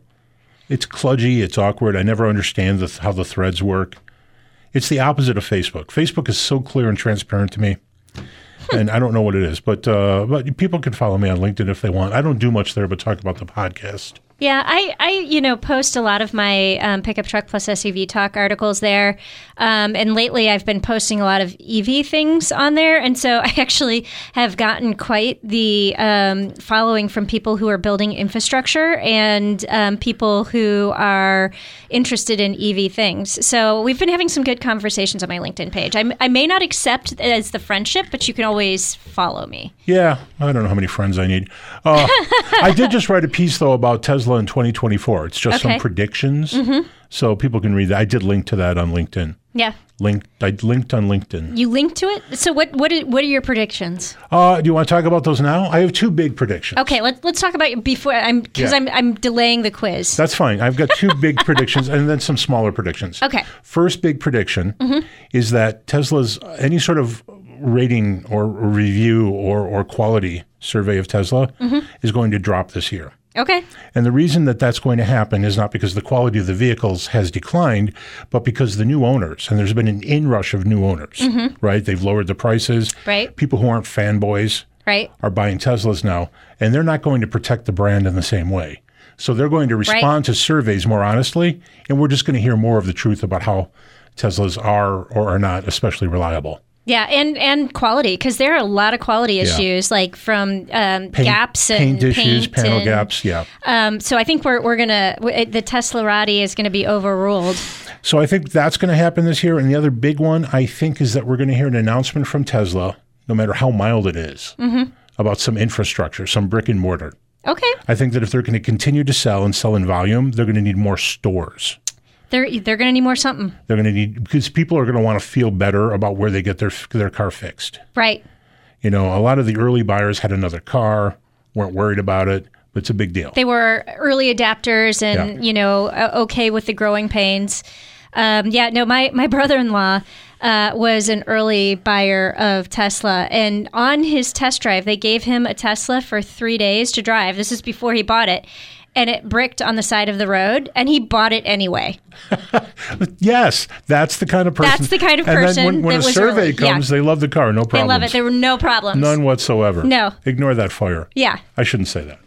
It's cludgy. It's awkward. I never understand the, how the threads work. It's the opposite of Facebook. Facebook is so clear and transparent to me, and I don't know what it is. But uh, but people can follow me on LinkedIn if they want. I don't do much there, but talk about the podcast. Yeah, I, I you know post a lot of my um, pickup truck plus SUV talk articles there, um, and lately I've been posting a lot of EV things on there, and so I actually have gotten quite the um, following from people who are building infrastructure and um, people who are interested in EV things. So we've been having some good conversations on my LinkedIn page. I, I may not accept as the friendship, but you can always follow me. Yeah, I don't know how many friends I need. Uh, I did just write a piece though about Tesla in 2024. It's just some Okay. predictions, so people can read that. I did link to that on LinkedIn. Yeah, Linked, I linked on LinkedIn. you link to it. So what what are, what are your predictions? Uh, do you want to talk about those now? I have two big predictions. Okay, let's let's talk about your- before I'm because Yeah. I'm I'm delaying the quiz. That's fine. I've got two big predictions and then some smaller predictions. Okay. Mm-hmm. First big prediction is that Tesla's any sort of Mm-hmm. rating or review or, or quality survey of Tesla is going to drop this year. Okay. And the reason that that's going to happen is not because the quality of the vehicles has declined, but because the new owners, and there's been an inrush of new owners, right? They've lowered the prices. Mm-hmm. Right. People who aren't fanboys Right. are buying Teslas now, and they're not going to protect the brand in the same way. So they're going to respond to surveys more honestly, and we're just going to hear more of the truth about how Teslas are or are not especially reliable. Yeah, and and quality because there are a lot of quality issues like from um, Paint- gaps and paint issues, panel and- gaps, yeah. Um, so I think we're we're gonna w- it- the Teslarati is gonna be overruled. So I think that's going to happen this year. And the other big one, I think, is that we're going to hear an announcement from Tesla, no matter how mild it is, Mm-hmm. about some infrastructure, some brick and mortar. Okay, I think that if they're going to continue to sell and sell in volume, they're going to need more stores. they're they're gonna need more something, They're going to need because people are going to want to feel better about where they get their their car fixed. right? You know, a lot of the early buyers had another car, weren't worried about it, but it's a big deal. They were early adapters and Yeah. you know o- okay with the growing pains. Um, yeah, no, my my brother in law. Uh, was an early buyer of Tesla, and on his test drive, they gave him a Tesla for three days to drive. This is before he bought it, and it bricked on the side of the road, and he bought it anyway. yes, that's the kind of person. That's the kind of and person then when, when that a was survey early. Yeah. comes, they love the car, no They problem. love it. There were no problems. None whatsoever. No. Ignore that fire. Yeah, I shouldn't say that.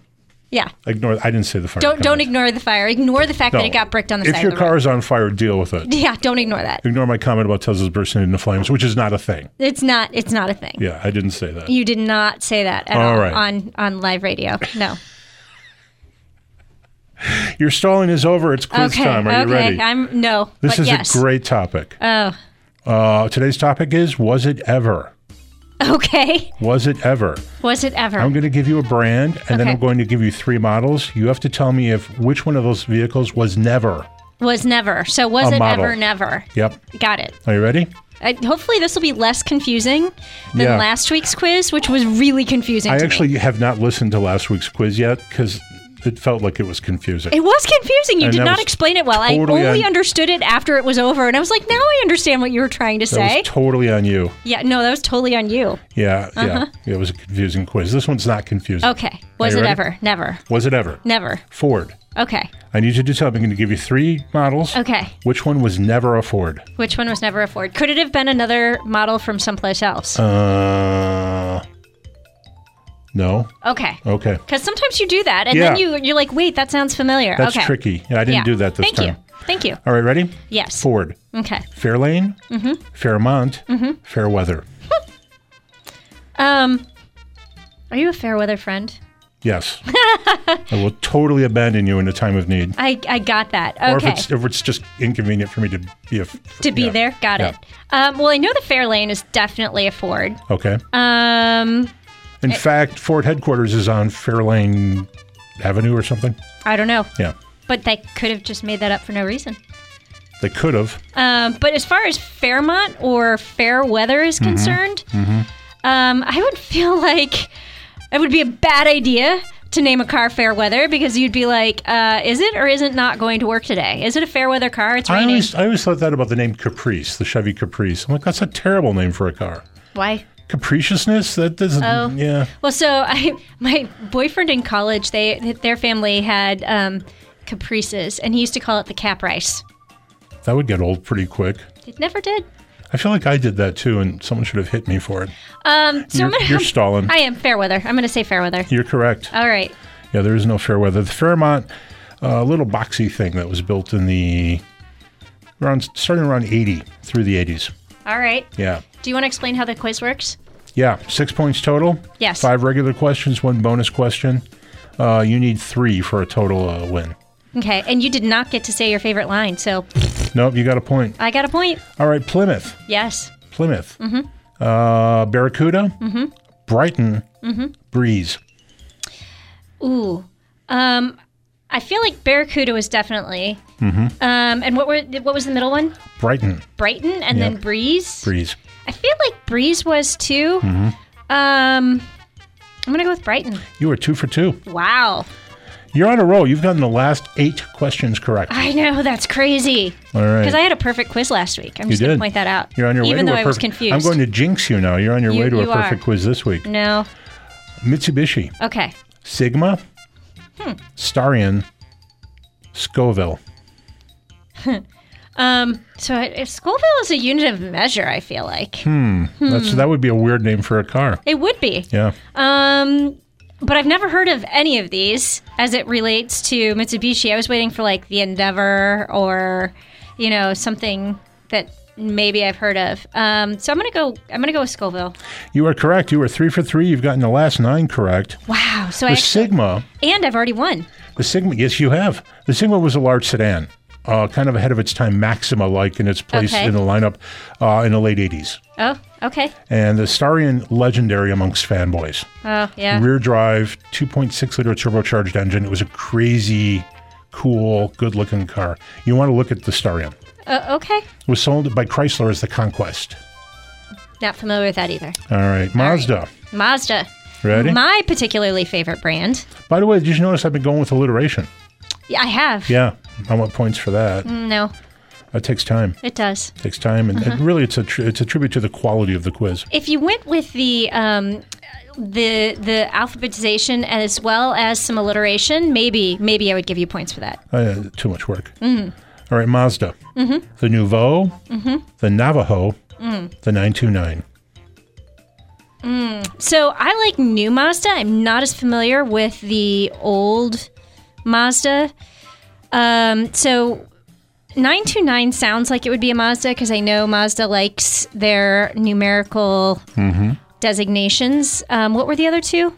yeah. Ignore. I didn't say the fire. Don't don't comment. ignore the fire. Ignore the fact that it No. got bricked on the if side your of the car road. is on fire, deal with it. Yeah, don't ignore that. Ignore my comment about Tesla's bursting into flames, which is not a thing. It's not it's not a thing. Yeah, I didn't say that. You did not say that at All all, right. on on live radio. No. Your stalling is over. It's quiz okay. time. Are okay. you ready? I'm no. this but is yes. a great topic. Oh. Uh, today's topic is Was it ever? Okay. Was it ever? Was it ever? I'm going to give you a brand, and then Okay. I'm going to give you three models. You have to tell me if which one of those vehicles was never. was never. So was A it model. ever never? Yep. Got it. Are you ready? I, hopefully this will be less confusing than Yeah. last week's quiz, which was really confusing. I to me. actually have not listened to last week's quiz yet because it felt like it was confusing. It was confusing. You And did that not was explain it well. totally I only un- understood it after it was over, and I was like, now I understand what you were trying to That say. was totally on you. yeah, no, that was totally on you. Yeah, yeah, yeah. It was a confusing quiz. This one's not confusing. Uh-huh. Okay. Was you it ready? ever? Never. Was it ever? Never. Ford. Okay. I need you to tell me. I'm going to give you three models. Okay. Which one was never a Ford? Which one was never a Ford? Could it have been another model from someplace else? Uh, no. okay. Okay. Because sometimes you do that, and then oh. Yeah. you you're like, wait, that sounds familiar. That's okay. tricky. Yeah, I didn't Yeah. do that this Thank time. you. Thank you. All right, ready? Yes. Mm-hmm. Ford, Okay. Fairlane, Fairmont, Mm-hmm. Fairweather. Um, are you a fair weather friend? Yes. I will totally abandon you in a time of need. I I got that. Or if Okay. it's, if it's just inconvenient for me to be a f- to be yeah. there, got Yeah. it. Um, well, I know the Fairlane is definitely a Ford. Okay. Uh, Um, In fact, Ford headquarters is on Fairlane Avenue or something. I don't know. Yeah. But they could have just made that up for no reason. They could have. Um, but as far as Fairmont or fair weather Mm-hmm. is concerned, Um, I would feel like it would be a bad idea to name a car fair weather because you'd be like, uh, is it or is it not going to work today? Is it a fair weather car? It's I raining. always, I always thought that about the name Caprice, the Chevy Caprice. I'm like, that's a terrible name for a car. Why? Capriciousness? That doesn't. Oh. Yeah. Well, so I, my boyfriend in college, they their family had um, Caprices, and he used to call it the Cap Rice. That would get old pretty quick. It never did. I feel like I did that too, and someone should have hit me for it. Um, so You're- I'm gonna, you're stalling. I am fair weather. I'm going to say fair weather. You're correct. All right. Yeah, there is no fair weather. The Fairmont, uh, little boxy thing that was built in the around starting around 80 through the 80s. All right. Yeah. Do you want to explain how the quiz works? Yeah, six points total. Yes. Five regular questions, one bonus question. Uh, you need three for a total uh, win. Okay, and you did not get to say your favorite line, so Nope, you got a point. I got a point. All right, Plymouth. Yes. Plymouth. Mm-hmm. Uh, Barracuda. Brighton. Mm-hmm. Breeze. Ooh. Um, I feel like Barracuda was definitely. Mm-hmm. Um, and what were what was the middle one? Brighton. Brighton and then Yep. Breeze. Breeze. I feel like Breeze was too. Mm-hmm. Um, I'm gonna go with Brighton. You are two for two. Wow. You're on a roll. You've gotten the last eight questions correct. I know that's crazy. All right. Because I had a perfect quiz last week. I'm just gonna did. point that out. You're on your Even way though to a I was perfect- confused. I'm going to jinx you now. You're on your You- way to a you are. perfect quiz this week. No. Mitsubishi, Okay. Sigma, Hmm. Starion, Scoville. Um, so I- if Scoville is a unit of measure, I feel like Hmm. Hmm. That's that would be a weird name for a car. it would be. Yeah. Um, but I've never heard of any of these as it relates to Mitsubishi. I was waiting for like the Endeavor or, you know, something that maybe I've heard of. Um, so I'm gonna go. I'm gonna go with Scoville. You are correct. You were three for three. You've gotten the last nine correct. Wow. So I The actually, Sigma, and I've already won. the Sigma, yes, you have. The Sigma was a large sedan, uh, kind of ahead of its time, Maxima like in its place Okay. in the lineup uh, in the late 80s. Oh, okay. And the Starion, legendary amongst fanboys. Oh, yeah. Rear drive, 2.6 liter turbocharged engine. It was a crazy, cool, good looking car. You want to look at the Starion. Uh, okay. It was sold by Chrysler as the Conquest. Not familiar with that either. All right, Mazda. Mazda. Ready? My particularly favorite brand. By the way, did you notice I've been going with alliteration? Yeah, I have. Mm, Yeah, I want points for that. No, That takes time. it does. takes time, and, and really, it's a tr- it's a tribute to the quality of the quiz. If you went with the um, the the alphabetization as well as some alliteration, maybe maybe I would give you points for that. Uh, too much work. All right, Mazda, the Nouveau, the Navajo, the 929. So I like new Mazda. I'm not as familiar with the old Mazda. Um, so 929 sounds like it would be a Mazda because I know Mazda likes their numerical designations. Um, what were the other two?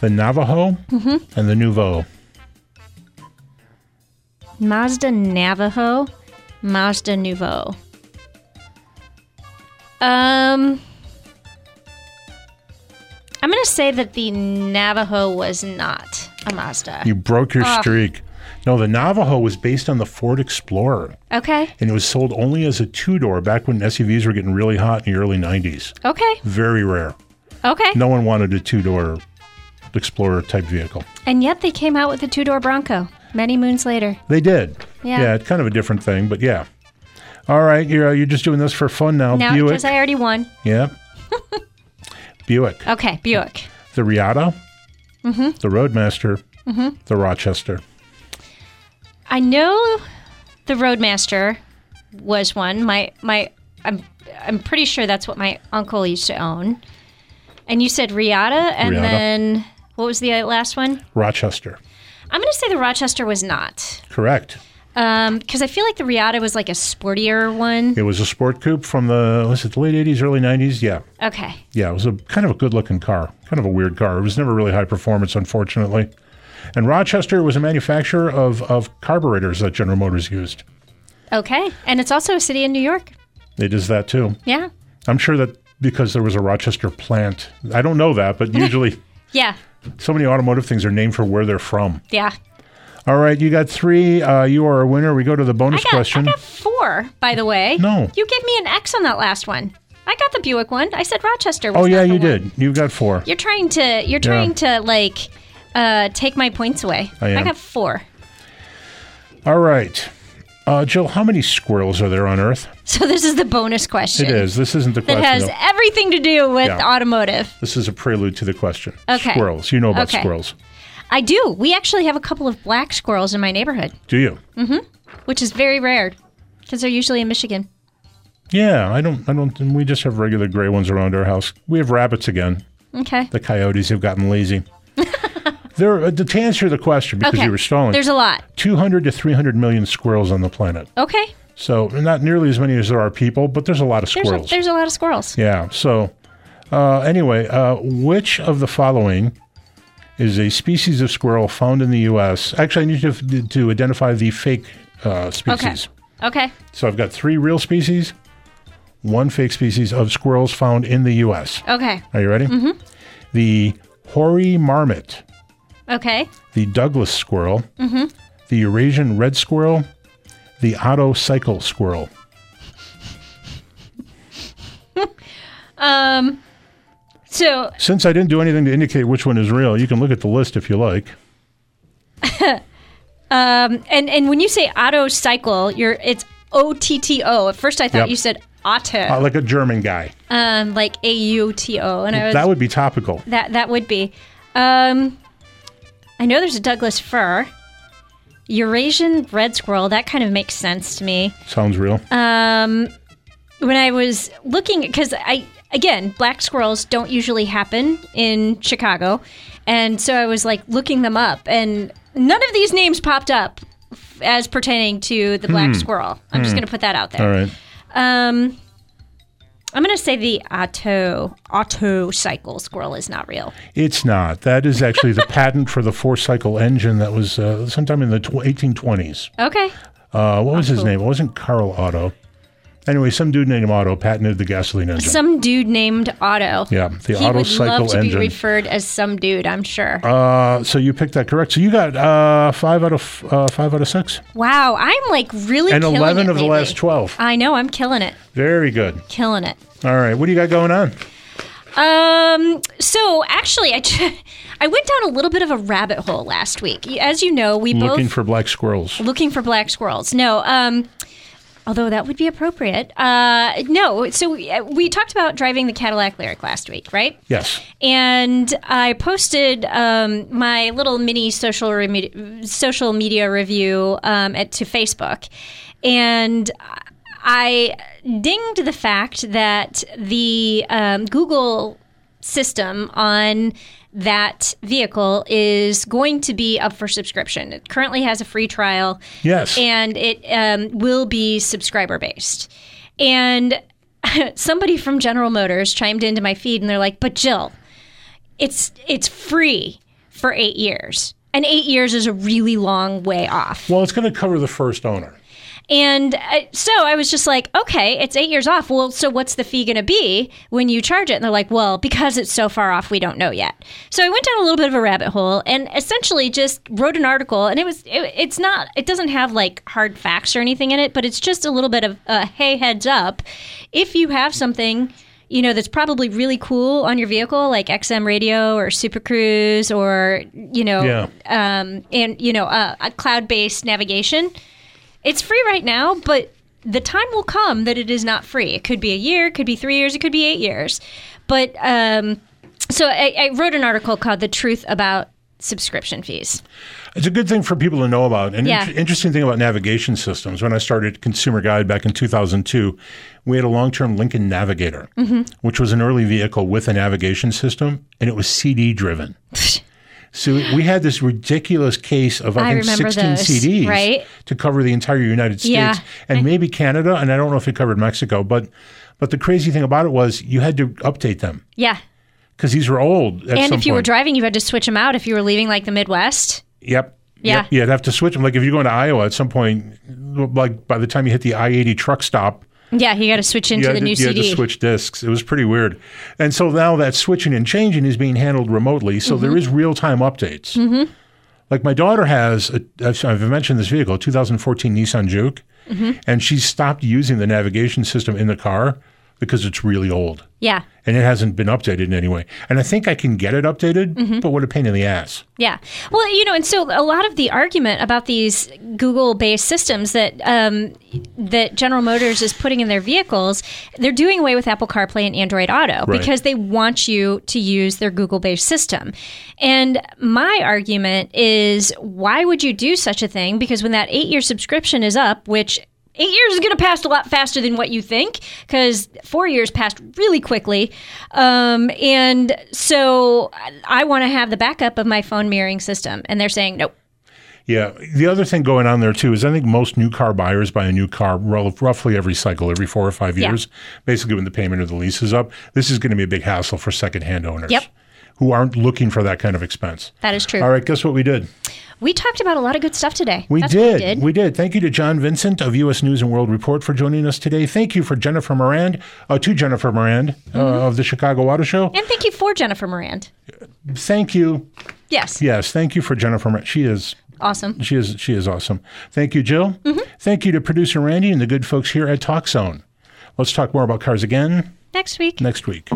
The Navajo and the Nouveau. Mazda Navajo, Mazda Nouveau. Um, I'm gonna say that the Navajo was not a Mazda. You broke your streak. No, the Navajo was based on the Ford Explorer, Okay, and it was sold only as a two door back when SUVs were getting really hot in the early 90s. okay, Very rare. okay. No one wanted a two door Explorer type vehicle. And yet they came out with a two-door Bronco many moons later. They did. Yeah. it's kind of a different thing, but yeah. All right, you're uh, you're just doing this for fun now. Now, Buick. because I already won. yeah. Buick, Okay, Buick. the Riata, the Roadmaster, the Rochester. I know the Roadmaster was one. My my I'm I'm pretty sure that's what my uncle used to own. And you said Riata and Riata. then what was the last one? Rochester. I'm going to say the Rochester was not. Correct. Um, cuz I feel like the Riata was like a sportier one. It was a sport coupe from the was it the late '80s, early '90s? Yeah, Okay. yeah. It was a kind of a good-looking car, kind of a weird car. It was never really high performance, unfortunately. And Rochester was a manufacturer of of carburetors that General Motors used. Okay. And it's also a city in New York. It is that too. Yeah. I'm sure that because there was a Rochester plant. I don't know that, but usually Yeah. so many automotive things are named for where they're from. Yeah. All right, you got three. Uh, you are a winner. We go to the bonus I got, question. I got 4 by the way. No. You gave me an X on that last one. I got the Buick one. I said Rochester. Was oh yeah, not the you one. did. You got four. You're trying to you're trying to like uh take my points away. I am. got four. All right, uh, Jill. How many squirrels are there on Earth? So this is the bonus question. It is. This isn't the That question. has though. everything to do with Yeah. automotive. This is a prelude to the question. Okay. Squirrels. You know about Okay. squirrels, I do. We actually have a couple of black squirrels in my neighborhood, do you? Mm. which is very rare because they're usually in Michigan. Yeah. I don't. I don't. We just have regular gray ones around our house. We have rabbits again. Okay. The coyotes have gotten lazy. there. Uh, to answer the question, because okay. you were stalling. There's a lot. 200 to 300 million squirrels on the planet. Okay. So not nearly as many as there are people, but there's a lot of There's a, squirrels. there's a lot of squirrels. yeah. So uh, anyway, uh, which of the following is a species of squirrel found in the U.S.? Actually, I need to, to identify the fake uh, Okay. species. Okay. So I've got three real species, one fake species of squirrels found in the U.S. Okay. Are you ready? Mm-hmm. The hoary marmot, Okay. the Douglas squirrel, the Eurasian red squirrel, the Otto cycle squirrel. Um so Since I didn't do anything to indicate which one is real, you can look at the list if you like. um and and when you say auto cycle, you're it's O T T O. At first I thought Yep. you said auto. Uh, like a German guy. um, like A U T O, and I was that would be topical. that that would be. Um, I know there's a Douglas fir. Eurasian red squirrel, that kind of makes sense to me. Sounds real. Um, when I was looking, because I again, black squirrels don't usually happen in Chicago, and so I was like looking them up, and none of these names popped up f- as pertaining to the black squirrel. I'm just going to put that out there. Hmm. All right. Um, I'm going to say the auto auto cycle squirrel is not real. It's not. That is actually the patent for the four cycle engine that was uh, sometime in the tw- 1820s. Okay. Uh, what was his Cool. name? It wasn't Carl Otto. Anyway, some dude named Otto patented the gasoline engine. Some dude named Otto. Yeah, the he Otto would cycle love to engine. be referred as some dude. I'm sure. uh, so you picked that correct. So you got uh, five out of uh, five out of six, wow, I'm like really and killing eleven it of the lately. last twelve. I know I'm killing it, Very good. killing it. All right, what do you got going on? Um, so actually, I ch- I went down a little bit of a rabbit hole last week. As you know, we Looking both for black squirrels. looking for black squirrels. No, um, although that would be appropriate. Uh, no, so we, uh, we talked about driving the Cadillac Lyric last week, right? Yes. And I posted um, my little mini social reme- social media review um, at, to Facebook, and I dinged the fact that the um, Google system on that vehicle is going to be up for subscription. It currently has a free trial. Yes. And it um, will be subscriber based. And somebody from General Motors chimed into my feed and they're like, but Jill, it's it's free for eight years. And eight years is a really long way off. Well, it's going to cover the first owner. And uh, so I was just like, okay, it's eight years off. Well, so what's the fee going to be when you charge it? And they're like, well, because it's so far off, we don't know yet. So I went down a little bit of a rabbit hole and essentially just wrote an article. And it was, it, it's not, it doesn't have like hard facts or anything in it, but it's just a little bit of a hey, heads up. If you have something, you know, that's probably really cool on your vehicle, like XM radio or Super Cruise or, you know, Yeah. um, and, you know, uh, a cloud based navigation it's free right now, but the time will come that it is not free. It could be a year, it could be three years, it could be eight years. But um, so I, I wrote an article called "The Truth About Subscription Fees." It's a good thing for people to know about. An Yeah. int- interesting thing about navigation systems. When I started Consumer Guide back in 2002, we had a long term Lincoln Navigator, Mm-hmm. which was an early vehicle with a navigation system, and it was CD driven. so we had this ridiculous case of, I, I think, remember 16 those, CDs right? to cover the entire United States Yeah. and maybe Canada. And I don't know if it covered Mexico, but. But the crazy thing about it was you had to update them Yeah, because these were old. At and some if you were point. driving, you had to switch them out. If you were leaving like the Midwest, Yep. Yeah. Yep. You'd have to switch them. Like if you're going to Iowa at some point, like by the time you hit the I 80 truck stop, yeah, you got to switch you, into had the to, new you had to CD. switch discs. It was pretty weird. And so now that switching and changing is being handled remotely. Mm-hmm. So there is real time updates. Like my daughter has, a, I've I've mentioned this vehicle, 2014 Nissan Juke, Mm-hmm. and she stopped using the navigation system in the car because it's really old Yeah, and it hasn't been updated in any way. And I think I can get it updated, Mm-hmm. but what a pain in the ass. Yeah. Well, you know, and so a lot of the argument about these Google-based systems that um, that General Motors is putting in their vehicles, they're doing away with Apple CarPlay and Android Auto Right. because they want you to use their Google-based system. And my argument is, why would you do such a thing? Because when that eight-year subscription is up, which Eight years is going to pass a lot faster than what you think because four years passed really quickly. Um, and so I- I want to have the backup of my phone mirroring system. And they're saying, nope. Yeah. The other thing going on there too is I think most new car buyers buy a new car rel- roughly every cycle, every four or five Yeah. years, basically when the payment of the lease is up. This is going to be a big hassle for secondhand owners Yep. who aren't looking for that kind of expense. That is true. All right, guess what we did? We talked about a lot of good stuff today. We That's what did. We did. Thank you to John Vincent of U.S. News and World Report for joining us today. Thank you for Jennifer Morand, uh, to Jennifer Morand uh, Mm-hmm. of the Chicago Auto Show. And thank you for Jennifer Morand. Thank you. Yes. Yes, thank you for Jennifer Morand. She is Awesome. She is she is awesome. Thank you, Jill. Thank you to producer Randy and the good folks here at Talk Zone. Let's talk more about cars again Next week. next week.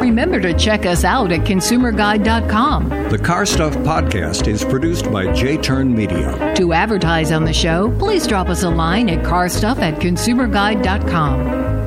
Remember to check us out at consumerguide.com. The Car Stuff Podcast is produced by J Turn Media. To advertise on the show, please drop us a line at carstuff at consumerguide.com.